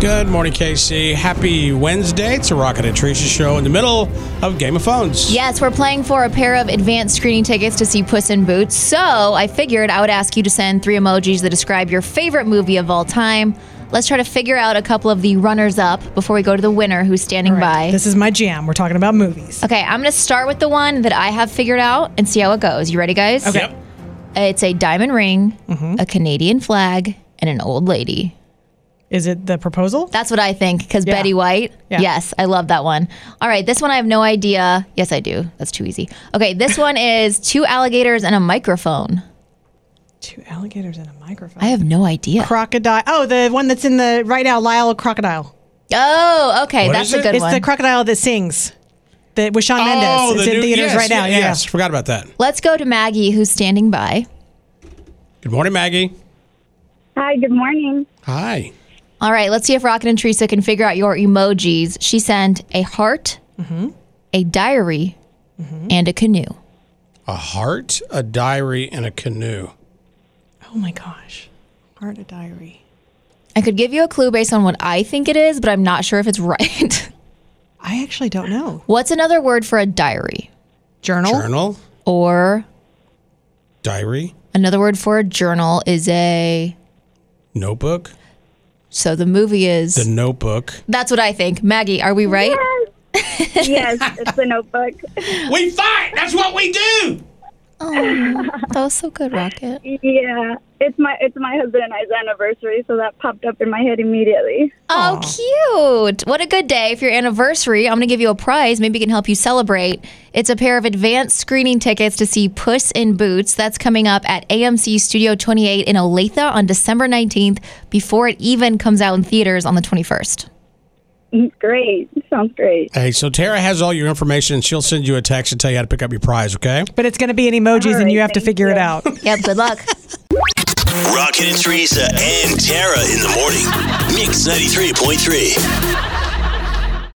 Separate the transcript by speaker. Speaker 1: Good morning, KC. Happy Wednesday. It's a Rocket and Teresa show in the middle of Game of Phones.
Speaker 2: Yes, we're playing for a pair of advanced screening tickets to see Puss in Boots. So I figured I would ask you to send three emojis that describe your favorite movie of all time. Let's try to figure out a couple of the runners up before we go to the winner who's standing by.
Speaker 3: This is my jam. We're talking about movies.
Speaker 2: okay, I'm going to start with the one that I have figured out and see how it goes. You ready, guys?
Speaker 3: Okay. Mm-hmm.
Speaker 1: Yep.
Speaker 2: It's a diamond ring, a Canadian flag, and an old lady.
Speaker 3: Is it the proposal?
Speaker 2: That's what I think because
Speaker 3: Yeah.
Speaker 2: Betty White.
Speaker 3: Yeah.
Speaker 2: Yes, I love that one. All right, this one I have no idea. Yes, I do. That's too easy. Okay, this one is two alligators and a microphone.
Speaker 3: Two alligators and a microphone.
Speaker 2: I have no idea.
Speaker 3: crocodile. Oh, the one that's in the right now, Lyle Crocodile.
Speaker 2: Oh, okay,
Speaker 1: What
Speaker 2: that's
Speaker 1: is
Speaker 2: a
Speaker 1: it?
Speaker 2: good
Speaker 3: It's
Speaker 2: one.
Speaker 3: the crocodile that sings. That with Sean
Speaker 1: Oh,
Speaker 3: Mendes. uh, It's
Speaker 1: the
Speaker 3: in
Speaker 1: new-
Speaker 3: theaters
Speaker 1: yes,
Speaker 3: right now.
Speaker 1: ye-
Speaker 3: Yeah.
Speaker 1: Yes, forgot about that.
Speaker 2: Let's go to Maggie, who's standing by.
Speaker 1: Good morning, Maggie.
Speaker 4: Hi, good morning.
Speaker 1: Hi.
Speaker 2: All right, let's see if Rocket and Teresa can figure out your emojis. She sent a heart,
Speaker 3: Mm-hmm.
Speaker 2: a diary, and a canoe.
Speaker 1: A heart, a diary, and a canoe.
Speaker 3: Oh my gosh. Heart a diary.
Speaker 2: I could give you a clue based on what I think it is, but I'm not sure if it's right.
Speaker 3: I actually don't know.
Speaker 2: What's another word for a diary?
Speaker 3: Journal.
Speaker 1: Journal,
Speaker 2: Or
Speaker 1: diary,
Speaker 2: Another word for a journal is a.
Speaker 1: notebook.
Speaker 2: So the movie is.
Speaker 1: The notebook.
Speaker 2: that's what I think. Maggie, are we right?
Speaker 4: Yes, it's the notebook.
Speaker 1: We fight. That's what we do.
Speaker 2: That was so good, Rocket.
Speaker 4: Yeah, it's my it's my husband and I's anniversary, so that popped up in my head immediately.
Speaker 2: Oh, cute. What a good day for your anniversary. I'm going to give you a prize. Maybe it can help you celebrate. It's a pair of advanced screening tickets to see Puss in Boots. That's coming up at AMC Studio 28 in Olathe on December 19th before it even comes out in theaters on the 21st.
Speaker 4: Mm, Great, sounds great.
Speaker 1: Hey, so Tara has all your information. She'll send you a text and tell you how to pick up your prize, okay?
Speaker 3: But it's going to be in emojis,
Speaker 4: All
Speaker 3: and you
Speaker 4: right,
Speaker 3: have to
Speaker 4: thank
Speaker 3: figure it
Speaker 4: you.
Speaker 3: out.
Speaker 2: Yep, good luck.
Speaker 5: Rocket and Teresa and Tara in the morning. Mix 93.3.